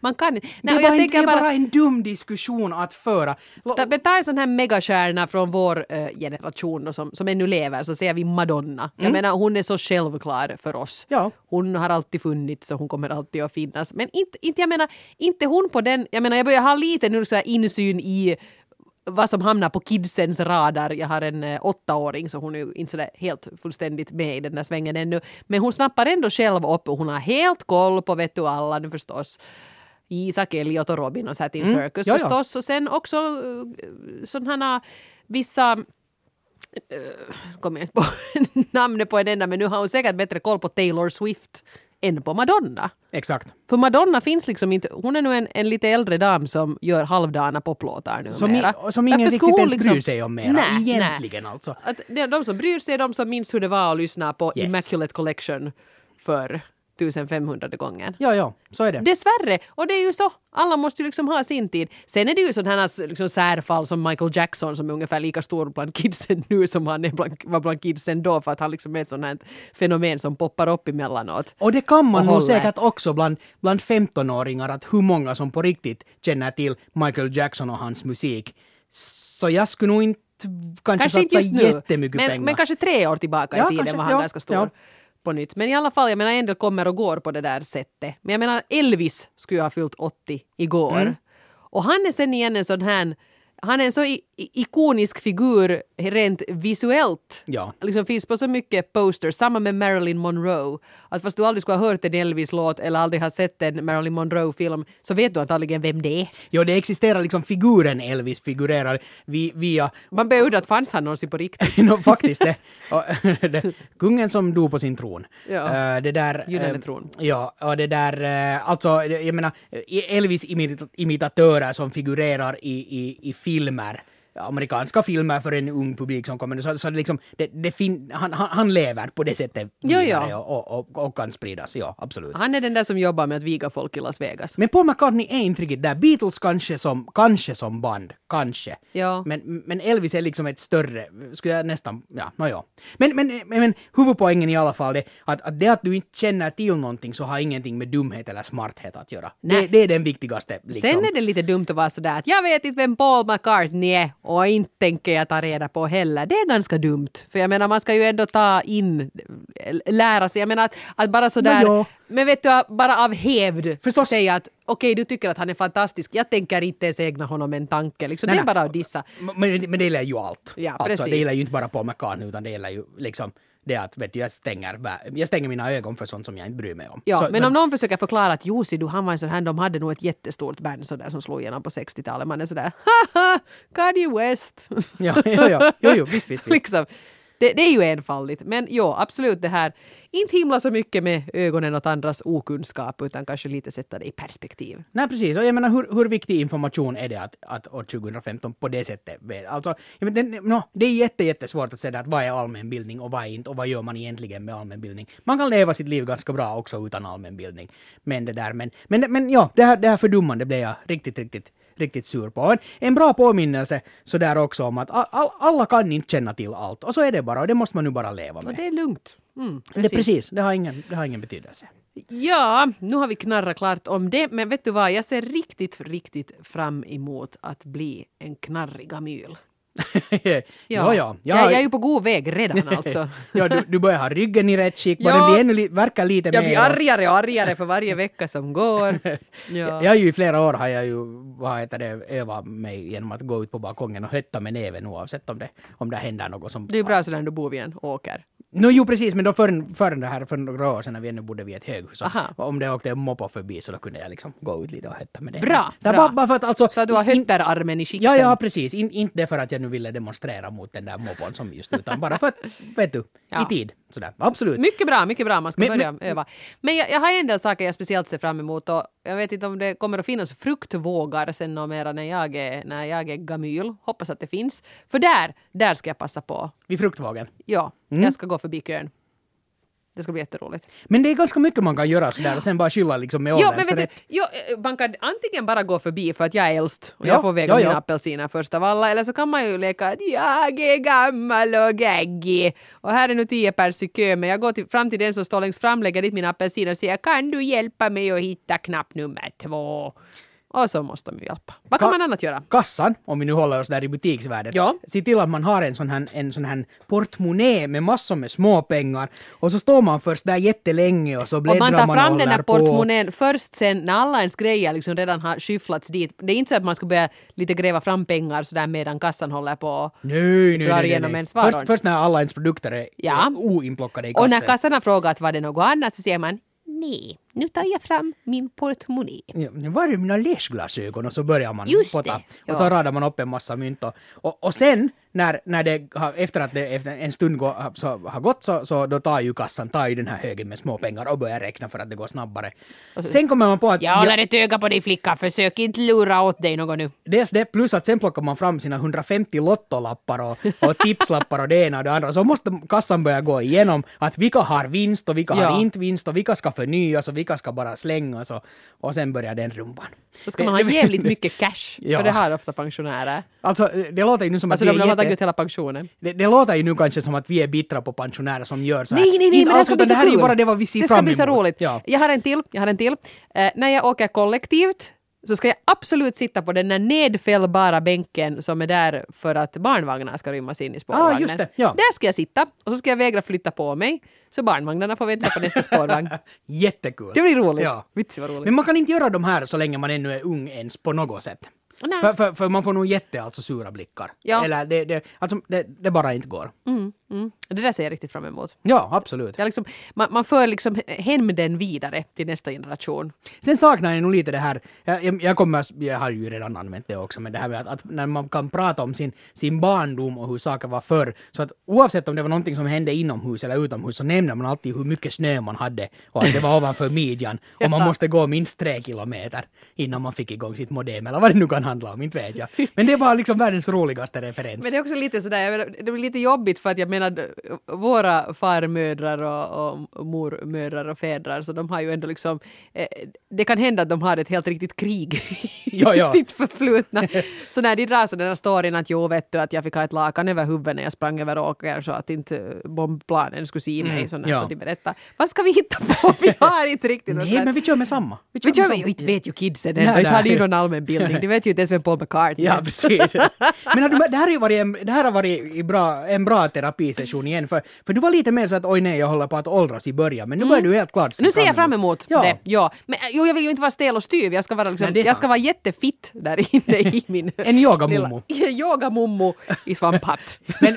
Speaker 2: Man kan inte.
Speaker 1: det, är
Speaker 2: Nej,
Speaker 1: bara
Speaker 2: och jag
Speaker 1: en, det
Speaker 2: tänker
Speaker 1: är
Speaker 2: bara,
Speaker 1: bara en dum diskussion att föra. Lå-
Speaker 2: ta- men ta en sån här megastjärna från vår eh, generation då, som, som ännu lever, så säger vi Madonna. Jag menar hon är så självklar för oss.
Speaker 1: Mm. Ja.
Speaker 2: Hon har alltid funnits och hon kommer alltid att finnas. Men inte, inte jag menar, inte hon på den, jag menar jag börjar ha lite nu så här insyn i vad som hamnar på kidsens radar. Jag har en eh, åttaåring så hon är ju inte sådär helt fullständigt med i den där svängen ännu. Men hon snappar ändå själv upp och hon har helt koll på vet du alla nu förstås. Isak, Elliot och Robin och så här till
Speaker 1: Mm,
Speaker 2: Circus
Speaker 1: ja, ja.
Speaker 2: förstås. Och sen också eh, sådana vissa eh, kommer jag inte på namnet på en enda, men nu har hon säkert bättre koll på Taylor Swift än på Madonna.
Speaker 1: Exakt.
Speaker 2: För Madonna finns liksom inte, hon är nu en, en lite äldre dam som gör halvdana poplåtar numera.
Speaker 1: Som, i, och som ingen
Speaker 2: Varför skulle
Speaker 1: riktigt
Speaker 2: hon
Speaker 1: ens
Speaker 2: liksom-
Speaker 1: bryr sig om mera.
Speaker 2: Nej, nej.
Speaker 1: Egentligen alltså.
Speaker 2: Att det är de som bryr sig är de som minns hur det var att lyssna på
Speaker 1: Yes.
Speaker 2: Immaculate Collection för 1500 gången.
Speaker 1: Ja, ja, så är det.
Speaker 2: Dessvärre, och det är ju så. Alla måste ju liksom ha sin tid. Sen är det ju sådana här liksom särfall som Michael Jackson som är ungefär lika stor bland kidsen nu som han är bland, var bland kidsen då för att han liksom är ett sånt här fenomen som poppar upp emellanåt.
Speaker 1: Och det kan
Speaker 2: och
Speaker 1: man nog
Speaker 2: håller.
Speaker 1: säkert också bland, bland 15-åringar att hur många som på riktigt känner till Michael Jackson och hans musik. Så jag skulle nog inte kanske,
Speaker 2: Kanske inte
Speaker 1: satsa
Speaker 2: just nu,
Speaker 1: jättemycket
Speaker 2: men,
Speaker 1: pengar.
Speaker 2: men kanske tre år tillbaka
Speaker 1: Ja,
Speaker 2: i tiden
Speaker 1: kanske,
Speaker 2: var han
Speaker 1: ja,
Speaker 2: ganska stor.
Speaker 1: ja.
Speaker 2: På nytt. Men i alla fall, jag menar en del kommer och går på det där sättet. Men jag menar Elvis skulle ju ha fyllt 80 igår.
Speaker 1: Mm.
Speaker 2: Och han är sen igen en sån här, han är en så i, i, ikonisk figur rent visuellt.
Speaker 1: Ja.
Speaker 2: Liksom finns på så mycket posters, samma med Marilyn Monroe. Att fast du aldrig skulle ha hört en Elvis-låt eller aldrig har sett en Marilyn Monroe-film så vet du antagligen vem det är.
Speaker 1: Jo, det existerar liksom figuren Elvis figurerar vi, via...
Speaker 2: Man börjar undra att fanns han någonsin på riktigt?
Speaker 1: no, faktiskt det. Och det. Kungen som dog på sin tron.
Speaker 2: Ja.
Speaker 1: Eh, det där...
Speaker 2: Gyllene
Speaker 1: ehm,
Speaker 2: tron.
Speaker 1: Ja, och det där... eh, alltså, det- jag menar, eh, Elvis-imitatörer som figurerar i, i, i filmer amerikanska filmer för en ung publik som kommer. Så, så det liksom, det, det fin- han, han, han lever på det sättet
Speaker 2: Ja, ja.
Speaker 1: vidare Och, och, och kan spridas, ja absolut.
Speaker 2: Han är den där som jobbar med att viga folk i Las Vegas.
Speaker 1: Men Paul McCartney är inte riktigt där. Beatles kanske som, kanske som band, kanske.
Speaker 2: Ja.
Speaker 1: Men, men Elvis är liksom ett större, skulle jag nästan, ja, nåja. Men, men, men, men huvudpoängen i alla fall är att, att det att du inte känner till någonting så har ingenting med dumhet eller smarthet att göra.
Speaker 2: Nej.
Speaker 1: Det, det är den viktigaste. Liksom.
Speaker 2: Sen är det lite dumt att vara sådär att jag vet inte vem Paul McCartney är och inte tänker jag ta reda på heller. Det är ganska dumt. För jag menar man ska ju ändå ta in, lära sig. Jag menar att, att bara sådär,
Speaker 1: Nå, ja.
Speaker 2: men vet du bara av hävd
Speaker 1: Förstås.
Speaker 2: säga att okej du tycker att han är fantastisk, jag tänker inte ens ägna honom en tanke. Liksom,
Speaker 1: Nej,
Speaker 2: det är
Speaker 1: nej.
Speaker 2: bara att dissa.
Speaker 1: M- Men, men det gäller ju allt.
Speaker 2: Ja,
Speaker 1: alltså,
Speaker 2: precis.
Speaker 1: det gäller ju inte bara Paul McCartney utan det gäller ju liksom det att vet du, jag, stänger, vä- jag stänger mina ögon för sånt som jag inte bryr mig om.
Speaker 2: Ja,
Speaker 1: Så-
Speaker 2: men
Speaker 1: så-
Speaker 2: om någon försöker förklara att Jussi, du han var en sån här, de hade nog ett jättestort band sådär som slog igenom på 60-talet. Man är sådär, haha, Kanye West.
Speaker 1: ja, ja, ja, jo, jo, visst, visst, visst.
Speaker 2: liksom. det, det är ju enfaldigt. Men jo, absolut det här, inte himla så mycket med ögonen åt andras okunskap utan kanske lite sätta det i perspektiv.
Speaker 1: Nej, precis. Och jag menar, hur, hur viktig information är det att, att år 2015 på det sättet? vet- Alltså, jag menar, den- nå, det är jätte, jättesvårt att säga att vad är allmänbildning och vad är inte och vad gör man egentligen med allmänbildning? Man kan leva sitt liv ganska bra också utan allmänbildning. Men det där, men, men, men ja, det här, det här fördummande blev jag riktigt, riktigt, riktigt sur på. Och En, en bra påminnelse sådär också om att all, all, alla kan inte känna till allt och så är det bara och det måste man nu bara leva
Speaker 2: Och
Speaker 1: med.
Speaker 2: det är lugnt. Mm,
Speaker 1: Det, precis, det har ingen, det har ingen betydelse.
Speaker 2: Ja, nu har vi knarrat klart om det, men vet du vad, jag ser riktigt, riktigt fram emot att bli en knarrig amyl.
Speaker 1: ja, ja. ja.
Speaker 2: Jag, jag är ju på god väg redan alltså.
Speaker 1: ja, du, du börjar ha ryggen i rätt skick, bara
Speaker 2: Ja.
Speaker 1: den blir ännu li- verkar lite
Speaker 2: Jag
Speaker 1: mer...
Speaker 2: blir argare och argare för varje vecka som går.
Speaker 1: Jag-
Speaker 2: Ja.
Speaker 1: Jag har ju i flera år har jag ju, vad heter det, övat mig genom att gå ut på balkongen och hötta med näven oavsett om det, om det händer något som...
Speaker 2: Det är ju bra sådär när du bor vid en åker.
Speaker 1: No, jo precis, men då förrän, förrän det här, för några år sedan när vi ännu bodde vid ett höghus, så
Speaker 2: Aha.
Speaker 1: om det åkte en moppo förbi så då kunde jag liksom gå ut lite och hötta med näven.
Speaker 2: Bra,
Speaker 1: Det är
Speaker 2: bra.
Speaker 1: Bara, bara för att alltså...
Speaker 2: Så att du har
Speaker 1: in-
Speaker 2: hötterarmen i skicksen.
Speaker 1: Ja, ja, precis. In, inte det för att jag nu ville demonstrera mot den där moppon som just, utan bara för att, vet du,
Speaker 2: Ja.
Speaker 1: i tid. Sådär, absolut.
Speaker 2: Mycket bra, mycket bra. Man ska
Speaker 1: Men-
Speaker 2: börja öva. Men jag, jag har en del saker jag speciellt ser fram emot och jag vet inte om det kommer att finnas fruktvågar sen numera när jag är, när jag är gamyl. Hoppas att det finns. För där, där ska jag passa på.
Speaker 1: Vid fruktvågen.
Speaker 2: Ja,
Speaker 1: Mm.
Speaker 2: jag ska gå förbi kön. Det ska bli jätteroligt.
Speaker 1: Men det är ganska mycket man kan göra sådär och sen bara skylla liksom med
Speaker 2: Jo,
Speaker 1: åldern.
Speaker 2: men
Speaker 1: så
Speaker 2: vet du,
Speaker 1: det-
Speaker 2: jo, eh, man kan antingen bara gå förbi för att jag är äldst och
Speaker 1: Ja,
Speaker 2: jag får väga
Speaker 1: ja,
Speaker 2: mina
Speaker 1: ja.
Speaker 2: apelsiner först av alla, eller så kan man ju leka att jag är gammal och gaggig och här är nu tio pers i kö, men jag går till, fram till den som står längst fram, lägger dit mina apelsiner och säger kan du hjälpa mig att hitta knapp nummer två? Och så måste de ju hjälpa. Vad kan
Speaker 1: Ka-
Speaker 2: man annat göra?
Speaker 1: kassan, om vi nu håller oss där i butiksvärlden,
Speaker 2: Ja.
Speaker 1: se till att man har en sån, här, en sån här portmonnä med massor med småpengar och så står man först där jättelänge och så
Speaker 2: Om
Speaker 1: bläddrar
Speaker 2: man tar fram
Speaker 1: och
Speaker 2: den där
Speaker 1: håller på.
Speaker 2: portmonnän först sen när alla ens grejer liksom redan har skyfflats dit. Det är inte så att man ska börja lite gräva fram pengar sådär medan kassan håller på.
Speaker 1: Nej, nej,
Speaker 2: Drar
Speaker 1: nej, nej,
Speaker 2: igenom
Speaker 1: nej.
Speaker 2: ens varor.
Speaker 1: Först, först när alla ens produkter är
Speaker 2: Ja.
Speaker 1: ja. oinplockade i
Speaker 2: Och när
Speaker 1: kassen.
Speaker 2: kassan har frågat var det något annat så säger man nej, nu tar jag fram min portmonnä.
Speaker 1: Ja, nu var är mina läsglasögon? Och så börjar man
Speaker 2: Just det,
Speaker 1: potta. Och så
Speaker 2: ja.
Speaker 1: radar man upp en massa mynt. Och, och, och sen, när, när det har, efter att det efter en stund går, har- så, har gått, så, så då tar ju kassan tar ju den här högen med småpengar och börjar räkna för att det går snabbare. Sen kommer man på att...
Speaker 2: Jag håller ett öga på dig flicka, försök inte lura åt dig något nu.
Speaker 1: Dels det, plus att sen plockar man fram sina 150 lottolappar och, och tipslappar och det ena och det andra. Så måste kassan börja gå igenom att vilka har vinst och vilka
Speaker 2: Ja.
Speaker 1: har inte vinst och vilka ska förnyas och vilka ska bara slängas och, och sen börjar den rumban.
Speaker 2: Då ska man ha
Speaker 1: Det- det-
Speaker 2: jävligt mycket cash,
Speaker 1: Ja.
Speaker 2: för det har ofta pensionärer.
Speaker 1: Alltså det låter ju nu som
Speaker 2: Alltså
Speaker 1: att
Speaker 2: de
Speaker 1: vi
Speaker 2: har
Speaker 1: är
Speaker 2: tagit
Speaker 1: jätte...
Speaker 2: ut hela pensionen.
Speaker 1: det, det låter ju nu kanske som att vi är bittra på pensionärer som gör så här.
Speaker 2: Nej, nej, nej,
Speaker 1: Inte
Speaker 2: men det
Speaker 1: alls,
Speaker 2: ska
Speaker 1: utan
Speaker 2: bli så
Speaker 1: det här är
Speaker 2: kul.
Speaker 1: ju bara det vad vi ser
Speaker 2: det ska
Speaker 1: fram
Speaker 2: bli så
Speaker 1: emot.
Speaker 2: roligt.
Speaker 1: Ja.
Speaker 2: Jag har en till, jag har en till. Eh, när jag åker kollektivt så ska jag absolut sitta på den där nedfällbara bänken som är där för att barnvagnar ska rymmas in i spårvagnen.
Speaker 1: Ah, just det, ja.
Speaker 2: Där ska jag sitta och så ska jag vägra flytta på mig så barnvagnarna får vänta på nästa spårvagn.
Speaker 1: Jättekul.
Speaker 2: Det blir roligt.
Speaker 1: Ja.
Speaker 2: Vitsi vad roligt.
Speaker 1: Men man kan inte göra de här så länge man ännu är ung ens på något sätt.
Speaker 2: Nej.
Speaker 1: För, för, för man får nog jätte alltså, sura blickar.
Speaker 2: Ja.
Speaker 1: Eller det, det, alltså, det, det bara inte går.
Speaker 2: Mm, mm. Det där ser jag riktigt fram emot.
Speaker 1: Ja, absolut.
Speaker 2: Jag liksom, man, man för liksom hämnden vidare till nästa generation.
Speaker 1: Sen saknar jag nog lite det här, jag, jag- jag, kommer, jag har ju redan använt det också, men det här med att, att när man kan prata om sin, sin barndom och hur saker var förr, så att oavsett om det var någonting som hände inomhus eller utomhus så nämner man alltid hur mycket snö man hade och att det var ovanför midjan och man måste gå minst tre kilometer innan man fick igång sitt modem eller vad det nu kan handla om, inte vet jag. Men det var liksom världens roligaste referens.
Speaker 2: Men det är också lite sådär, jag menar, det blir lite jobbigt för att jag menar d- våra farmödrar och, och mormödrar och fädrar så de har ju ändå liksom, eh, det kan hända att de har ett helt riktigt krig
Speaker 1: Ja, ja.
Speaker 2: i sitt förflutna. Så när de drar sådana storyn att jo vet du att jag fick ha ett lakan över huvudet när jag sprang över åker så att inte eh, bombplanen skulle se mig,
Speaker 1: Mm,
Speaker 2: sådana
Speaker 1: ja.
Speaker 2: som de berättar. Vad ska vi hitta på? Vi har inte riktigt något
Speaker 1: Nej, men vi kör med samma.
Speaker 2: vi kör,
Speaker 1: med
Speaker 2: ju, inte vet ju kidsen
Speaker 1: Nej,
Speaker 2: ändå, inte har de ju
Speaker 1: nej.
Speaker 2: någon allmänbildning, de vet ju inte ens vem Paul McCartney
Speaker 1: Ja,
Speaker 2: är.
Speaker 1: precis. Men har du, det här har ju varit, en, det här har varit i bra, en bra terapisession igen, för, för du var lite mer så att oj nej, jag håller på att åldras i början, men nu börjar du helt klart se
Speaker 2: Mm. Nu ser jag fram emot
Speaker 1: Ja.
Speaker 2: det. Ja. Men äh, jo, jag vill ju inte vara stel och styv. Jag ska vara, liksom,
Speaker 1: Nej, det är
Speaker 2: jag
Speaker 1: sant.
Speaker 2: ska vara jättefitt där inne i min...
Speaker 1: En yogamummo.
Speaker 2: lilla- Yogamummo i svamphatt.
Speaker 1: Men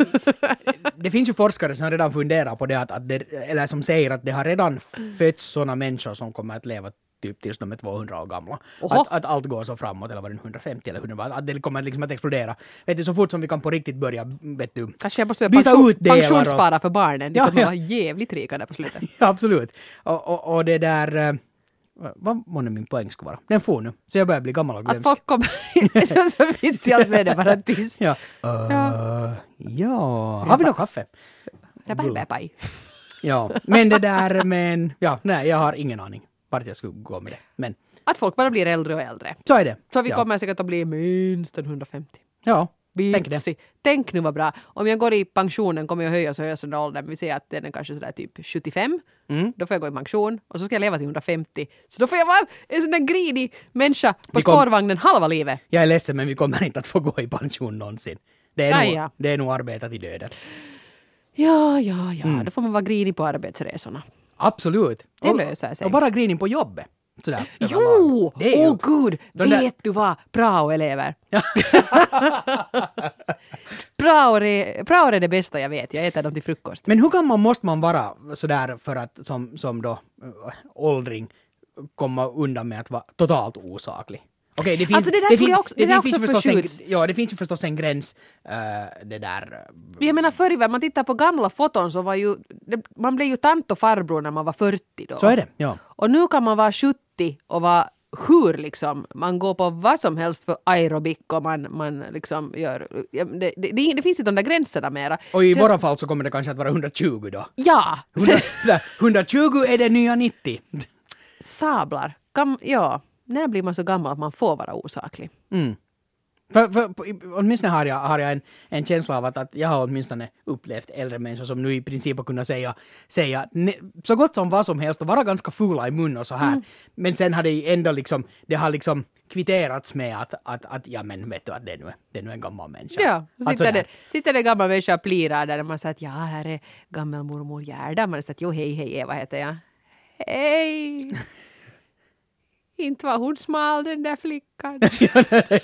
Speaker 1: det finns ju forskare som redan funderar på det, att, att det, eller som säger att det har redan fötts sådana människor som kommer att leva typ tills de är 200 år gamla.
Speaker 2: Oho.
Speaker 1: Att, att allt går så framåt, eller var det nu 150 eller 100, att det kommer liksom att explodera. Vet du, så fort som vi kan på riktigt börja, vet du,
Speaker 2: Kanske jag måste börja
Speaker 1: byta
Speaker 2: pension,
Speaker 1: ut delar och-
Speaker 2: pensionsspara för barnen. De
Speaker 1: Ja,
Speaker 2: kommer
Speaker 1: ja.
Speaker 2: vara jävligt rika där på slutet.
Speaker 1: Ja, absolut. Och, och, och det där... eh, Vad månne min poäng skulle vara? Den får nu. Så jag börjar bli gammal och
Speaker 2: Att
Speaker 1: glömsk.
Speaker 2: folk kommer... så så vitt i allt med det, bara tyst.
Speaker 1: Ja. ja. ja. Har vi något kaffe?
Speaker 2: Rabarberpaj.
Speaker 1: Ja. Men det där, men... Ja, nej, jag har ingen aning vart jag skulle gå med det. Men
Speaker 2: Att folk bara blir äldre och äldre.
Speaker 1: så är det.
Speaker 2: Så vi
Speaker 1: ja.
Speaker 2: kommer säkert att bli minst en 150.
Speaker 1: Ja. Tänk det.
Speaker 2: Vitsi. Tänk nu vad bra. Om jag går i pensionen kommer jag höjas och höjas under åldern. Vi säger att den är kanske sådär typ 75.
Speaker 1: Mm.
Speaker 2: Då får jag gå i pension och så ska jag leva till 150. Så då får jag vara en sån där grinig människa på
Speaker 1: Vi kom-
Speaker 2: spårvagnen halva livet.
Speaker 1: Jag är ledsen, men vi kommer inte att få gå i pension någonsin. Det är,
Speaker 2: Aj,
Speaker 1: nog,
Speaker 2: ja.
Speaker 1: det är nog arbetat i döden.
Speaker 2: Ja, ja, ja. Mm. Då får man vara grinig på arbetsresorna.
Speaker 1: Absolut.
Speaker 2: Det
Speaker 1: Och-
Speaker 2: löser sig.
Speaker 1: Och bara grinig på jobbet. Sådär.
Speaker 2: Jo!
Speaker 1: Det är
Speaker 2: Åh
Speaker 1: ju-
Speaker 2: gud!
Speaker 1: De där-
Speaker 2: Vet du vad? Prao-elever. prao, är- prao är det bästa jag vet. Jag äter dem till frukost.
Speaker 1: Men hur gammal måste man vara sådär för att som, som då äh, åldring komma undan med att vara totalt osaklig? Okej, det finns,
Speaker 2: Alltså, det där tror jag också- det där
Speaker 1: finns ju
Speaker 2: också
Speaker 1: förstås
Speaker 2: förskjuts.
Speaker 1: en, ja, det finns ju förstås en gräns, äh, det där... äh,
Speaker 2: Jag menar förr i världen, man tittar på gamla foton så var ju, det, man blev ju tant och farbror när man var 40 då.
Speaker 1: Så är det, ja.
Speaker 2: Och nu kan man vara 70 och vara hur liksom, man går på vad som helst för aerobik och man, man liksom gör, ja, det, det, det, det finns inte de där gränserna mera.
Speaker 1: Och i
Speaker 2: Så-
Speaker 1: våra fall så kommer det kanske att vara 120 då.
Speaker 2: Ja!
Speaker 1: 100,
Speaker 2: Så,
Speaker 1: sådär, 120 är det nya 90.
Speaker 2: sablar. Gam, ja, när blir man så gammal att man får vara osaklig?
Speaker 1: Mm. För, för, på- i- åtminstone har jag, har jag en, en känsla av att, att jag har åtminstone upplevt äldre människor som nu i princip har kunnat säga, säga ne, så gott som vad som helst och vara ganska fula i mun och så här. Men sen har det ju ändå liksom, det har liksom kvitterats med att, att, att ja men vet du att det är nu, det är nu en gammal människa.
Speaker 2: Ja, och
Speaker 1: Att
Speaker 2: sitter,
Speaker 1: sådär.
Speaker 2: det, sitter det gamla människor och plirar där och man säger att ja, här är gammelmormor Gerda. Man säger att jo, hej, hej, Eva heter jag. Hej! Inte var hon smal den där flickan.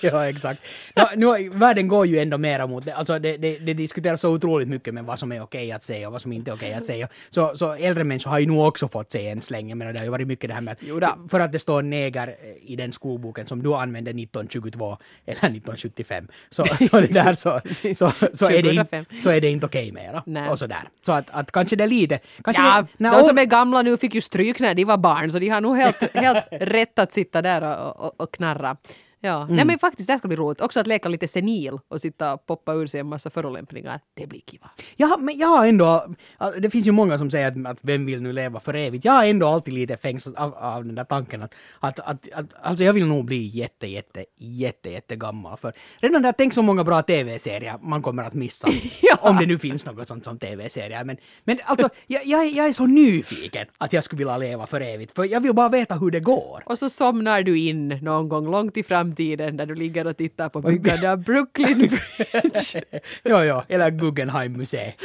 Speaker 1: ja, exakt. No, nu, världen går ju ändå mera mot det. Alltså, det, det, det diskuteras så otroligt mycket med vad som är okej att säga och vad som inte är okej att säga. Så, så äldre människor har ju nog också fått sig en släng. Jag menar, det har ju varit mycket det här med att
Speaker 2: Jo då.
Speaker 1: för att det står neger eh, i den skolboken som du använde 1922 eller 1975 så, så, det där, så, så, så, är, det inte,
Speaker 2: 2005.
Speaker 1: så är det inte okej mera.
Speaker 2: Nej.
Speaker 1: Och sådär. Så att, att kanske det är lite... Kanske
Speaker 2: Ja,
Speaker 1: det,
Speaker 2: de som är gamla nu fick ju stryk när de var barn, så de har nog helt, helt rätt att sitta där och, och, och knarra. Ja, nej men faktiskt, det här ska bli roligt. Också att leka lite senil och sitta och poppa ur sig en massa förolämpningar. Det blir kiva.
Speaker 1: Jag har, men jag har ändå, all- det finns ju många som säger att, att vem vill nu leva för evigt? Jag har ändå alltid lite fängslats av, av den där tanken att, att, att, att alltså jag vill nog bli jätte, jätte, jätte, jätte gammal för redan där, tänk så många bra tv-serier man kommer att missa.
Speaker 2: Ja.
Speaker 1: Om det nu finns något sånt som tv-serier. Men, men alltså, jag, jag, jag är så nyfiken att jag skulle vilja leva för evigt, för jag vill bara veta hur det går.
Speaker 2: Och så somnar du in någon gång långt i framtiden där du ligger och tittar på byggnaden av Brooklyn Bridge.
Speaker 1: jo, jo, eller Guggenheim-museet.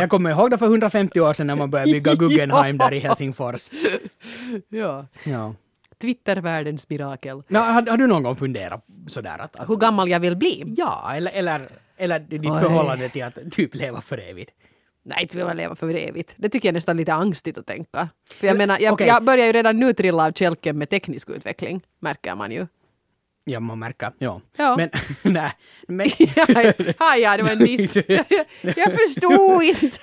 Speaker 1: Jag kommer ihåg det för 150 år sedan när man började bygga Guggenheim där i Helsingfors.
Speaker 2: ja.
Speaker 1: Ja.
Speaker 2: Twittervärldens mirakel.
Speaker 1: Nå, har, har du någon gång funderat sådär att... att
Speaker 2: Hur gammal jag vill bli?
Speaker 1: ja, eller, eller, eller ditt
Speaker 2: Oj.
Speaker 1: förhållande till att typ leva för evigt.
Speaker 2: Nej, inte vill man leva för evigt. Det tycker jag nästan är lite angstigt att tänka. För jag menar, jag,
Speaker 1: Okej.
Speaker 2: jag börjar ju redan nu trilla av kälken med teknisk utveckling, märker man ju.
Speaker 1: Ja, man märker. Ja.
Speaker 2: Ja.
Speaker 1: Men, nej. Men,
Speaker 2: ja, ja, det var en miss. jag, jag förstod inte.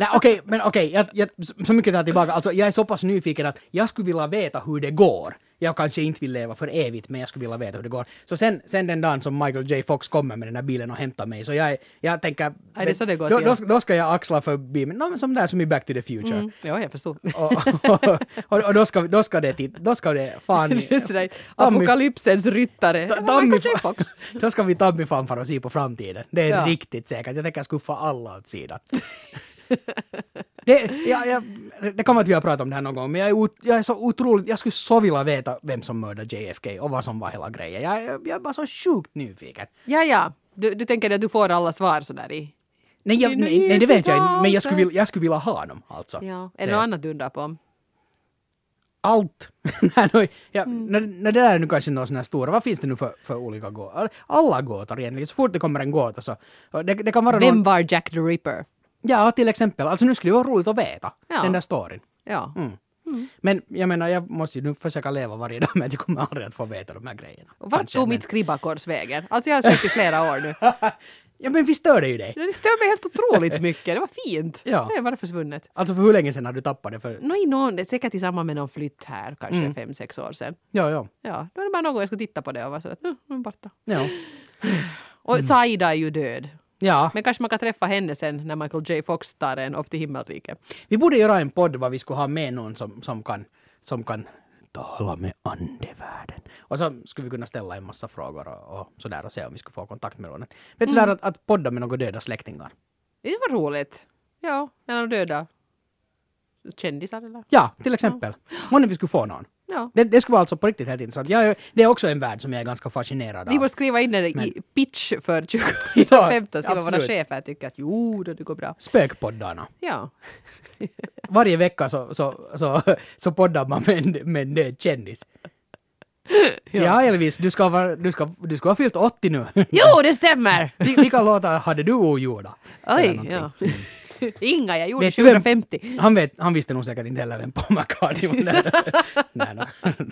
Speaker 1: nej, okej, men okej, jag, jag, så mycket tar jag tillbaka. Alltså, jag är så pass nyfiken att jag skulle vilja veta hur det går. Jag kanske inte vill leva för evigt, men jag skulle vilja veta hur det går. Så sen, sen den dagen som Michael J. Fox kommer med den där bilen och hämtar mig, så jag, är- jag tänker...
Speaker 2: det är så det går
Speaker 1: då,
Speaker 2: till,
Speaker 1: då,
Speaker 2: ja.
Speaker 1: ska- då ska jag axla förbi, men no, men som där som i Back to the Future.
Speaker 2: Mm, ja, jag förstod.
Speaker 1: och, och, och, och då, ska, då ska det till, då ska det fan...
Speaker 2: Det är sådär, Apokalypsens ryttare.
Speaker 1: Ta-
Speaker 2: Ja, Michael J.
Speaker 1: fa-
Speaker 2: Fox.
Speaker 1: då ska vi Tammifanfar och se på framtiden. Det är
Speaker 2: Ja.
Speaker 1: riktigt säkert. Jag tänker skuffa alla åt sidan. det, jag, jag, det kommer att vi har pratat om det här någon gång, men jag är, ot- jag är så otroligt... Jag skulle så vilja veta vem som mördade JFK och vad som var hela grejen. Jag, jag, jag är bara så sjukt nyfiken.
Speaker 2: Ja, ja. Du, du tänker att du får alla svar sådär i...
Speaker 1: Nej, jag,
Speaker 2: Inne
Speaker 1: nej, nej, det
Speaker 2: i
Speaker 1: vet jag inte, men jag
Speaker 2: påsen.
Speaker 1: skulle, vilja, jag skulle vilja ha dem alltså.
Speaker 2: Ja. Är
Speaker 1: Det-
Speaker 2: det något annat du undrar på?
Speaker 1: allt. Nej, no, ja,
Speaker 2: Mm.
Speaker 1: no, no, det där är nu kanske någon sån här stora, vad finns det nu för, för olika gåtor? Alla gåtor egentligen, så fort det kommer en gåta så. och Det, det kan vara
Speaker 2: Vem
Speaker 1: någon,
Speaker 2: var Jack the Ripper?
Speaker 1: Ja, till exempel. Alltså nu skulle det vara roligt att veta
Speaker 2: Ja.
Speaker 1: den där storyn.
Speaker 2: Ja.
Speaker 1: Mm. Men jag menar, jag måste ju nu försöka leva varje dag med att jag kommer aldrig att få veta de här grejerna.
Speaker 2: Och vart
Speaker 1: Kanske,
Speaker 2: tog
Speaker 1: men-
Speaker 2: mitt skribbakors vägen? Alltså jag har sökt i flera år nu.
Speaker 1: Ja men visst stör det ju dig?
Speaker 2: Det stör mig helt otroligt mycket. Det var fint.
Speaker 1: Ja.
Speaker 2: Det är bara försvunnet.
Speaker 1: Alltså för hur länge sedan har du tappat det för?
Speaker 2: Nå, i någon, det är säkert i samband med någon flytt här, kanske
Speaker 1: Mm.
Speaker 2: fem, sex år sedan.
Speaker 1: Ja, ja.
Speaker 2: Ja, då är det bara någon gång jag skulle titta på det och vara sådär, nu nu är den borta.
Speaker 1: Ja.
Speaker 2: Och
Speaker 1: Mm.
Speaker 2: Saida är ju död.
Speaker 1: ja.
Speaker 2: Men kanske man kan träffa henne sen när Michael J. Fox tar en upp till himmelriket.
Speaker 1: Vi borde göra en podd vad vi skulle ha med någon som, som, kan, som kan tala med andevärlden. Och så skulle vi kunna ställa en massa frågor och, och sådär och se om vi skulle få kontakt med någon. Vet du sådär att, att podda med några döda släktingar?
Speaker 2: Det var roligt. Ja, en av de döda. Kändisar eller?
Speaker 1: Ja, till exempel. Månne vi skulle få någon.
Speaker 2: Ja.
Speaker 1: Det, det skulle vara alltså på riktigt helt intressant. Jag, är- det är också en värld som jag är ganska fascinerad
Speaker 2: Ni
Speaker 1: av.
Speaker 2: borde skriva in det i pitch för 2015 så vad våra
Speaker 1: absolut.
Speaker 2: chefer tycker att jo, då det går bra.
Speaker 1: Spökpoddarna.
Speaker 2: Ja.
Speaker 1: Varje vecka så, så, så, så poddar man med en, med en död kändis. Ja. Elvis, du ska, vara, du, ska, du ska ha fyllt 80 nu.
Speaker 2: Jo, det stämmer!
Speaker 1: Vi- Vilka låtar hade du ogjorda? Eller
Speaker 2: Oj,
Speaker 1: någonting.
Speaker 2: ja. Inga, jag gjorde
Speaker 1: Vet du vem-
Speaker 2: 750.
Speaker 1: Han, vet, han visste nog säkert inte heller vem Paul McCartney var. Nej, nej, nej.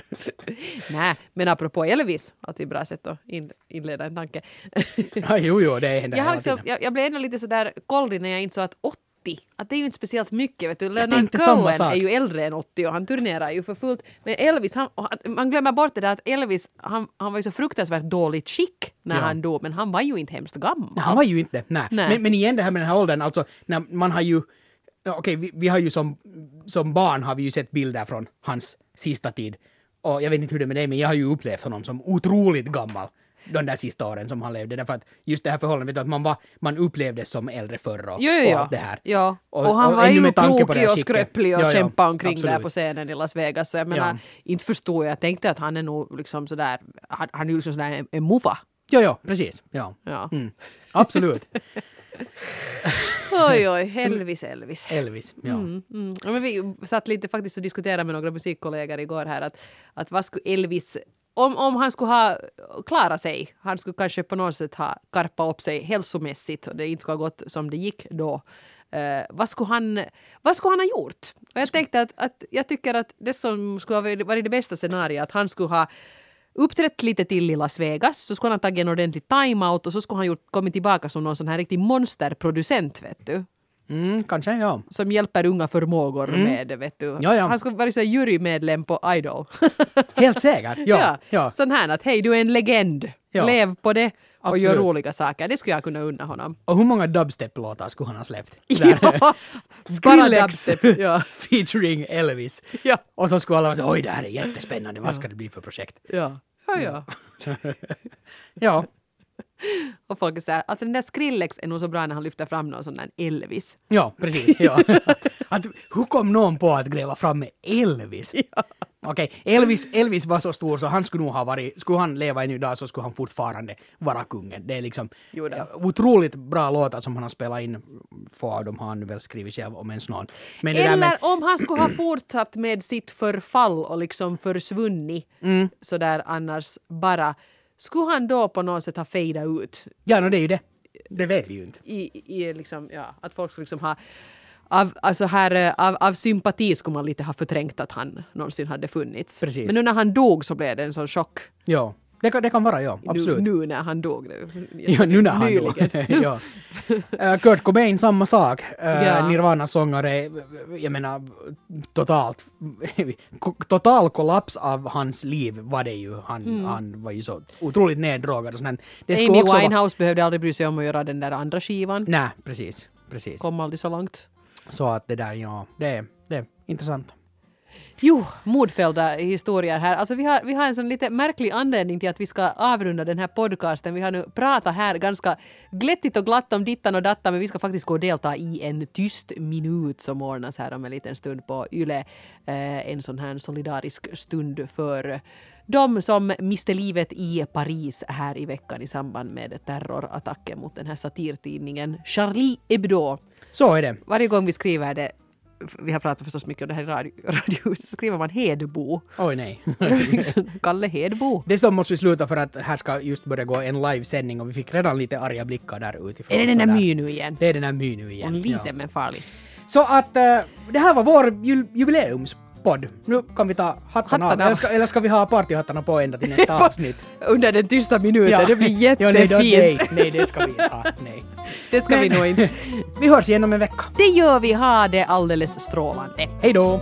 Speaker 2: Nej, men apropå Elvis, alltid ett bra sätt att in, inleda en tanke.
Speaker 1: Ja, jo, jo, det händer
Speaker 2: jag, har
Speaker 1: hela
Speaker 2: liksom,
Speaker 1: tiden.
Speaker 2: jag, jag blev ändå lite sådär kollig när jag insåg att 80, att det är ju inte speciellt mycket. Vet du. Leonard
Speaker 1: tänkte samma
Speaker 2: Cohen
Speaker 1: sak.
Speaker 2: är ju äldre än 80 och han turnerar ju för fullt. Men Elvis, han, och han- man glömmer bort det där att Elvis, han, han var ju så fruktansvärt dåligt skick när
Speaker 1: Ja.
Speaker 2: han dog, men han var ju inte hemskt gammal.
Speaker 1: Han var ju inte, nej.
Speaker 2: Nej.
Speaker 1: Men, men igen det här med den här åldern, alltså när man har ju, ja, okej vi, vi har ju som, som barn har vi ju sett bilder från hans sista tid. Och jag vet inte hur det är med dig, men jag har ju upplevt honom som otroligt gammal. de där sista åren som han levde. Därför att just det här förhållandet, vet du, att man, var, man upplevdes som äldre förr och,
Speaker 2: Jo, jo,
Speaker 1: och
Speaker 2: jo.
Speaker 1: allt det här.
Speaker 2: Ja.
Speaker 1: Och-
Speaker 2: Och, han
Speaker 1: och
Speaker 2: var
Speaker 1: ännu
Speaker 2: ju
Speaker 1: med tanke på det
Speaker 2: krokig
Speaker 1: här
Speaker 2: och
Speaker 1: skicket.
Speaker 2: skröplig och
Speaker 1: Ja, ja,
Speaker 2: kämpade omkring där
Speaker 1: absolut.
Speaker 2: på scenen i Las Vegas. Så jag menar, inte förstår jag. Jag tänkte att han är nog liksom sådär, han, han är ju liksom sådär en, en muffa.
Speaker 1: Ja, ja, precis. Ja.
Speaker 2: Ja.
Speaker 1: Mm. Absolut.
Speaker 2: Oj, oj, Elvis, Elvis.
Speaker 1: Elvis. Ja.
Speaker 2: Mm, mm. Ja, Men vi satt lite faktiskt och diskuterade med några musikkollegor igår här att, att vad skulle Elvis om, om han skulle ha klarat sig, han skulle kanske på något sätt ha karpat upp sig hälsomässigt och det inte skulle ha gått som det gick då. Eh, vad, skulle han, vad skulle han ha gjort? Och jag tänkte att, att jag tycker att det som skulle ha varit det bästa scenariot, att han skulle ha uppträtt lite till i Las Vegas, så skulle han ha tagit en ordentlig timeout och så skulle han gjort, kommit tillbaka som någon sån här riktig monsterproducent, vet du
Speaker 1: Mm, kanske, ja.
Speaker 2: som hjälper unga förmågor med, vet du.
Speaker 1: Mm. Ja, ja.
Speaker 2: Han skulle vara så här jurymedlem på Idol.
Speaker 1: Helt säkert. Ja, ja.
Speaker 2: Sån här att hej, du är en legend.
Speaker 1: Ja.
Speaker 2: Lev på det och gör
Speaker 1: Absolut.
Speaker 2: roliga saker. Det skulle jag kunna unna honom.
Speaker 1: Och hur många dubstep-låtar skulle han ha släppt? Där.
Speaker 2: Ja. Bara
Speaker 1: Skrillex
Speaker 2: dubstep. Ja.
Speaker 1: featuring Elvis.
Speaker 2: Ja.
Speaker 1: Och så skulle alla vara så oj det här är jättespännande, vad ska det bli för projekt?
Speaker 2: Ja. Ja, ja.
Speaker 1: Ja,
Speaker 2: Och folk är så här, alltså den där Skrillex är nog så bra när han lyfter fram någon sån där Elvis.
Speaker 1: ja precis. Ja. Att, hur kom någon på att gräva fram med Elvis? Okej, Elvis, Elvis var så stor så han skulle nog ha varit, skulle han leva ännu idag så skulle han fortfarande vara kungen. Det är liksom
Speaker 2: Jo då.
Speaker 1: ja, otroligt bra låtar som han har spelat in. Få av dem har han väl skrivit själv om ens någon. Men det där med-
Speaker 2: Eller om han skulle ha fortsatt med sitt förfall och liksom försvunnit
Speaker 1: Mm.
Speaker 2: sådär annars bara. Skulle han då på något sätt ha fejdat ut
Speaker 1: Ja, no, det är ju det. Det vet vi ju inte.
Speaker 2: i, i liksom, ja, att folk skulle liksom ha av, alltså här, eh, av, av sympati skulle man lite ha förträngt att han någonsin hade funnits.
Speaker 1: Precis.
Speaker 2: Men nu när han dog så blev det en sån chock.
Speaker 1: Ja, det kan, det kan vara ja,
Speaker 2: Nu,
Speaker 1: absolut.
Speaker 2: nu när han dog. Det-
Speaker 1: Ja, nu när han dog.
Speaker 2: Nyligen. Nu.
Speaker 1: ja. Eh, Kurt Cobain, samma sak. Eh,
Speaker 2: Ja.
Speaker 1: Nirvanas sångare, jag menar, totalt, total kollaps av hans liv var det ju. Han, han var ju så otroligt neddrogad och sånt. Det skulle
Speaker 2: Mm. Amy
Speaker 1: också vara-
Speaker 2: Winehouse behövde aldrig bry sig om att göra den där andra skivan.
Speaker 1: Nej, precis. Precis.
Speaker 2: Kom aldrig så långt.
Speaker 1: Så att det där, ja, det, det är intressant.
Speaker 2: Jo, modfällda historier här. Alltså vi har, vi har en sån lite märklig anledning till att vi ska avrunda den här podcasten. Vi har nu pratat här ganska glättigt och glatt om dittan och dattan, men vi ska faktiskt gå och delta i en tyst minut som ordnas här om en liten stund på Yle. Eh, en sån här solidarisk stund för de som miste livet i Paris här i veckan i samband med terrorattacken mot den här satirtidningen Charlie Hebdo
Speaker 1: Så är det.
Speaker 2: varje gång vi skriver det, vi har pratat förstås mycket om det här i radio, radio så skriver man Hedbo.
Speaker 1: Oj nej.
Speaker 2: Kalle Hedbo.
Speaker 1: Dessutom måste vi sluta för att här ska just börja gå en livesändning och vi fick redan lite arga blickar där utifrån.
Speaker 2: Är det den där
Speaker 1: Sådär.
Speaker 2: myn nu igen?
Speaker 1: Det är den här myn nu igen.
Speaker 2: En liten
Speaker 1: Ja.
Speaker 2: men farlig.
Speaker 1: Så att eh, det här var vår jul- jubileumspodd. Nu kan vi ta hattarna av.
Speaker 2: Hattarna
Speaker 1: Eller
Speaker 2: av.
Speaker 1: ska, eller ska vi ha partyhattarna på ända till nästa avsnitt?
Speaker 2: Under den tysta minuten, det blir
Speaker 1: Ja, nej, då- nej,
Speaker 2: jättefint.
Speaker 1: nej, det ska vi inte ha. Nej.
Speaker 2: Det ska vi
Speaker 1: Men-
Speaker 2: nog inte.
Speaker 1: Vi hörs igen om en vecka.
Speaker 2: Det gör vi, ha det alldeles strålande.
Speaker 1: Hej då!